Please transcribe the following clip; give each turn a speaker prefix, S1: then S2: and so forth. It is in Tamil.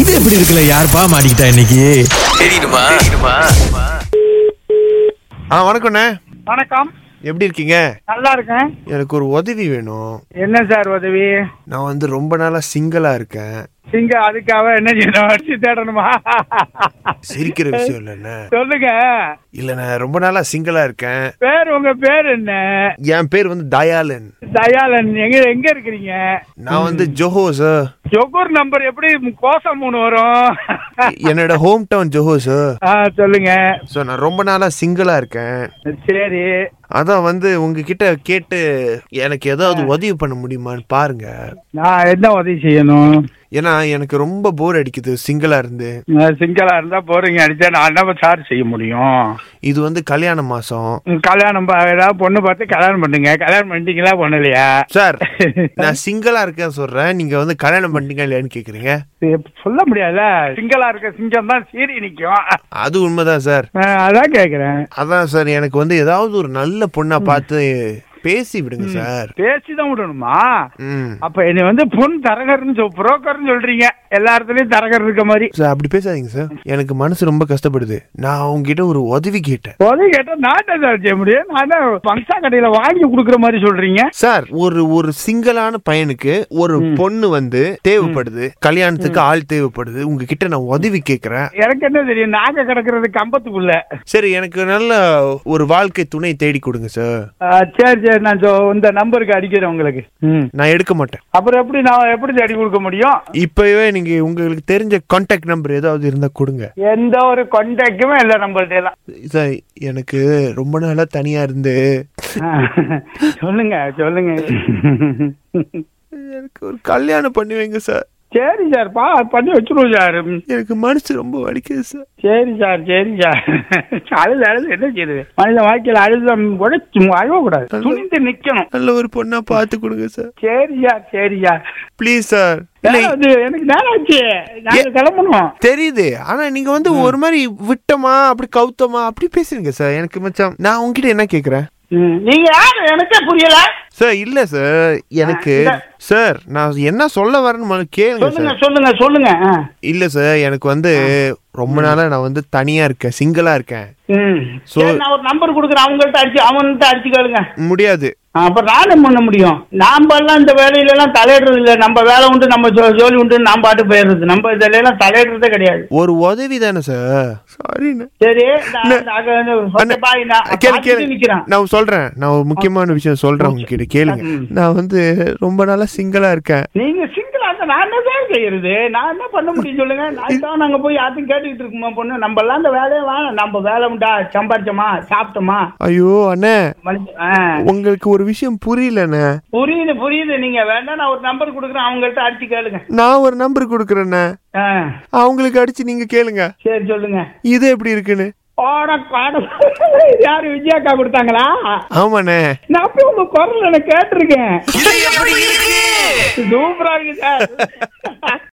S1: இது எப்படி இருக்குல்ல யாருப்பா மாட்டிக்கிட்டா இன்னைக்கு
S2: ஆ வணக்கண்ணே
S3: வணக்கம்
S2: எப்படி இருக்கீங்க
S3: நல்லா இருக்கேன்
S2: எனக்கு ஒரு உதவி வேணும்
S3: என்ன சார் உதவி
S2: நான் வந்து ரொம்ப நாளா சிங்கிளா இருக்கேன்
S3: சிங்க அதுக்காக என்ன செய்யணும் அடிச்சு தேடணுமா
S2: சிரிக்கிற விஷயம் இல்லைண்ணே
S3: சொல்லுங்க
S2: இல்லைண்ணே ரொம்ப நாளா சிங்கிளா இருக்கேன்
S3: பேர் உங்க பேர் என்ன
S2: என் பேர் வந்து தயாளன்
S3: தயாளன் எங்க எங்க இருக்கிறீங்க
S2: நான் வந்து ஜோஹோ சார்
S3: ஜொகூர் நம்பர் எப்படி கோசம் மூணு வரும்
S2: என்னோட ஹோம் டவுன் ஜோஹோ சார்
S3: ஆ சொல்லுங்க
S2: ஸோ நான் ரொம்ப நாளா சிங்கிளா இருக்கேன்
S3: சரி
S2: அதான் வந்து உங்ககிட்ட கேட்டு எனக்கு ஏதாவது உதவி பண்ண முடியுமான்னு பாருங்க
S3: நான் என்ன உதவி செய்யணும்
S2: ஏன்னா எனக்கு ரொம்ப போர் அடிக்குது சிங்கிளா இருந்து
S3: நான் சிங்களா இருந்தா போறீங்க அடிச்சா நான் என்ன சார் செய்ய முடியும்
S2: இது வந்து கல்யாண மாசம்
S3: கல்யாணம் பா- ஏதாவது பொண்ணு பார்த்து கல்யாணம் பண்ணுங்க கல்யாணம் பண்ணிட்டீங்களா பண்ணலையா
S2: சார் நான் சிங்கிளா இருக்கேன்னு சொல்றேன் நீங்க வந்து கல்யாணம் பண்ணிட்டீங்க இல்லையான்னு கேக்குறீங்க
S3: இப்ப சொல்ல முடியாதுல சிங்களா இருக்க சிங்கம் தான் சீறி நிக்கும்
S2: அது உண்மைதான் சார்
S3: நான் அதான் கேக்குறேன்
S2: அதான் சார் எனக்கு வந்து ஏதாவது ஒரு நல்ல பொண்ணா பார்த்து பேசி விடுங்க சார்
S3: பேசிதான் விடணுமா
S2: ம்
S3: அப்ப என்னை வந்து பொன் தரகர்னு சொல் புரோக்கர்னு சொல்றீங்க எல்லா இடத்துலயும் தரகர் இருக்க மாதிரி
S2: சார் அப்படி பேசாதீங்க சார் எனக்கு மனசு ரொம்ப கஷ்டப்படுது நான் உங்ககிட்ட ஒரு உதவி கேட்டேன்
S3: உதவி கேட்டா நான் தான் சார் செய்ய முடியும் நான் தான் பங்கா கடையில வாங்கி கொடுக்குற மாதிரி சொல்றீங்க
S2: சார் ஒரு ஒரு சிங்கிளான பையனுக்கு ஒரு பொண்ணு வந்து தேவைப்படுது கல்யாணத்துக்கு ஆள் தேவைப்படுது உங்ககிட்ட நான் உதவி கேக்குறேன்
S3: எனக்கு என்ன தெரியும் நாங்க கிடக்குறது கம்பத்துக்குள்ள
S2: சரி எனக்கு நல்ல ஒரு வாழ்க்கை துணை தேடி கொடுங்க சார்
S3: ஆ, சரி சரி நான் சொ- இந்த நம்பருக்கு அடிக்கிறேன் உங்களுக்கு ம்.
S2: நான் எடுக்க மாட்டேன்
S3: அப்புறம் எப்படி நான் எப்படி தேடி கொடுக்க முடியும்
S2: இப்பவே நீங்க உங்களுக்கு தெரிஞ்ச கான்டாக்ட் நம்பர் ஏதாவது இருந்தா கொடுங்க
S3: எந்த ஒரு கொண்டைக்குமே இல்லை நம்பர்கிட்ட எல்லாம்
S2: சார் எனக்கு ரொம்ப நாளா தனியா இருந்து
S3: ஆ, சொல்லுங்க சொல்லுங்க
S2: எனக்கு ஒரு கல்யாணம் பண்ணி வைங்க சார்
S3: சரி சார் பா பண்ணி வச்சிருவோம் சார்
S2: எனக்கு மனசு ரொம்ப வலிக்குது சார்
S3: சரி சார் சரி சார் அழுது அழுது என்ன செய்யுது மனித வாழ்க்கையில் அழுது உழைச்சி அழக்கூடாது துணிந்து நிக்கணும்
S2: நல்ல ஒரு பொண்ணா பார்த்து கொடுங்க சார்
S3: சரி சார் சரி சார்
S2: ப்ளீஸ் சார் இல்லை
S3: நேரம் வந்து எனக்கு நேரம் ஆச்சு நாங்க
S2: ஏ-
S3: கிளம்பணும்
S2: தெரியுது ஆனா நீங்க வந்து ஒரு மாதிரி விட்டமா அப்படி கவுத்தமா அப்படி பேசுறீங்க சார் எனக்கு மச்சான் நான் உங்ககிட்ட என்ன கேக்குறேன்
S3: ம். நீங்க யாரு எனக்கே புரியல
S2: சார் இல்ல சார் எனக்கு
S3: இல்ல.
S2: சார் நான் என்ன சொல்ல வரேன்னு முதல்ல கேளுங்க
S3: சொல்லுங்க
S2: சார்
S3: சொல்லுங்க சொல்லுங்க ஆ.
S2: இல்ல சார் எனக்கு வந்து ரொம்ப நாளா நான் வந்து தனியா இருக்கேன் சிங்கிளா இருக்கேன்
S3: ம்
S2: So-
S3: சரி நான் ஒரு நம்பர் கொடுக்குறேன் அவங்கள்ட்ட அடிச்சு அவன்கிட்ட அடிச்சுக்கோளுங்க
S2: முடியாது
S3: அப்ப நான் என்ன பண்ண முடியும் நாம எல்லாம் இந்த வேலையில எல்லாம் தலையிடுறது இல்ல நம்ம வேலை உண்டு நம்ம ஜோ- ஜோலி உண்டு நாம் பாட்டு போயிடுறது நம்ம இதுல எல்லாம் தலையிடுறதே கிடையாது
S2: ஒரு உதவி தானே சார் சாரிண்ணே
S3: சரி
S2: அண்ணே. அண்ணே, கேளு, கேளு.
S3: நிக்கிறேன்
S2: நான் சொல்றேன் நான் ஒரு முக்கியமான விஷயம் சொல்றேன் உங்ககிட்ட கேளுங்க
S3: ம்.
S2: நான் வந்து ரொம்ப நாளா சிங்கிளா இருக்கேன்
S3: நீங்க சிங்கிளா இருந்தா நான் என்ன தான் செய்யறது நான் என்ன பண்ண முடியும் சொல்லுங்க நான் தான் நாங்க போய் யாத்தையும் கேட்டுக்கிட்டு இருக்குமா பொண்ணு நம்ம எல்லாம் இந்த வேலையை வேணாம் நம்ம வேலை உண்டா சம்பாரிச்சோமா சாப்பிட்டோமா
S2: ஐயோ அண்ணே
S3: மனுஷ- ஆஹ்.
S2: உங்களுக்கு ஒரு விஷயம் புரியலண்ணே
S3: புரியுது புரியுது நீங்க வேண்டாம் நான் ஒரு நம்பர் கொடுக்குறேன் அவங்கள்ட்ட அடிச்சு கேளுங்க
S2: நான் ஒரு நம்பர் கொடுக்குறேண்ணே
S3: ஆஹ்.
S2: அவங்களுக்கு அடிச்சு நீங்க கேளுங்க
S3: சரி சொல்லுங்க
S2: இது எப்படி இருக்குன்னு
S3: ஓடக்காடு யாரு விஜயாக்கா கொடுத்தாங்களா
S2: ஆமாண்ணே
S3: நான் போய் உங்க குரல் எனக்கு கேட்டிருக்கேன்
S1: இது எப்படி இருக்கு
S3: சூப்பரா இருக்கு சார்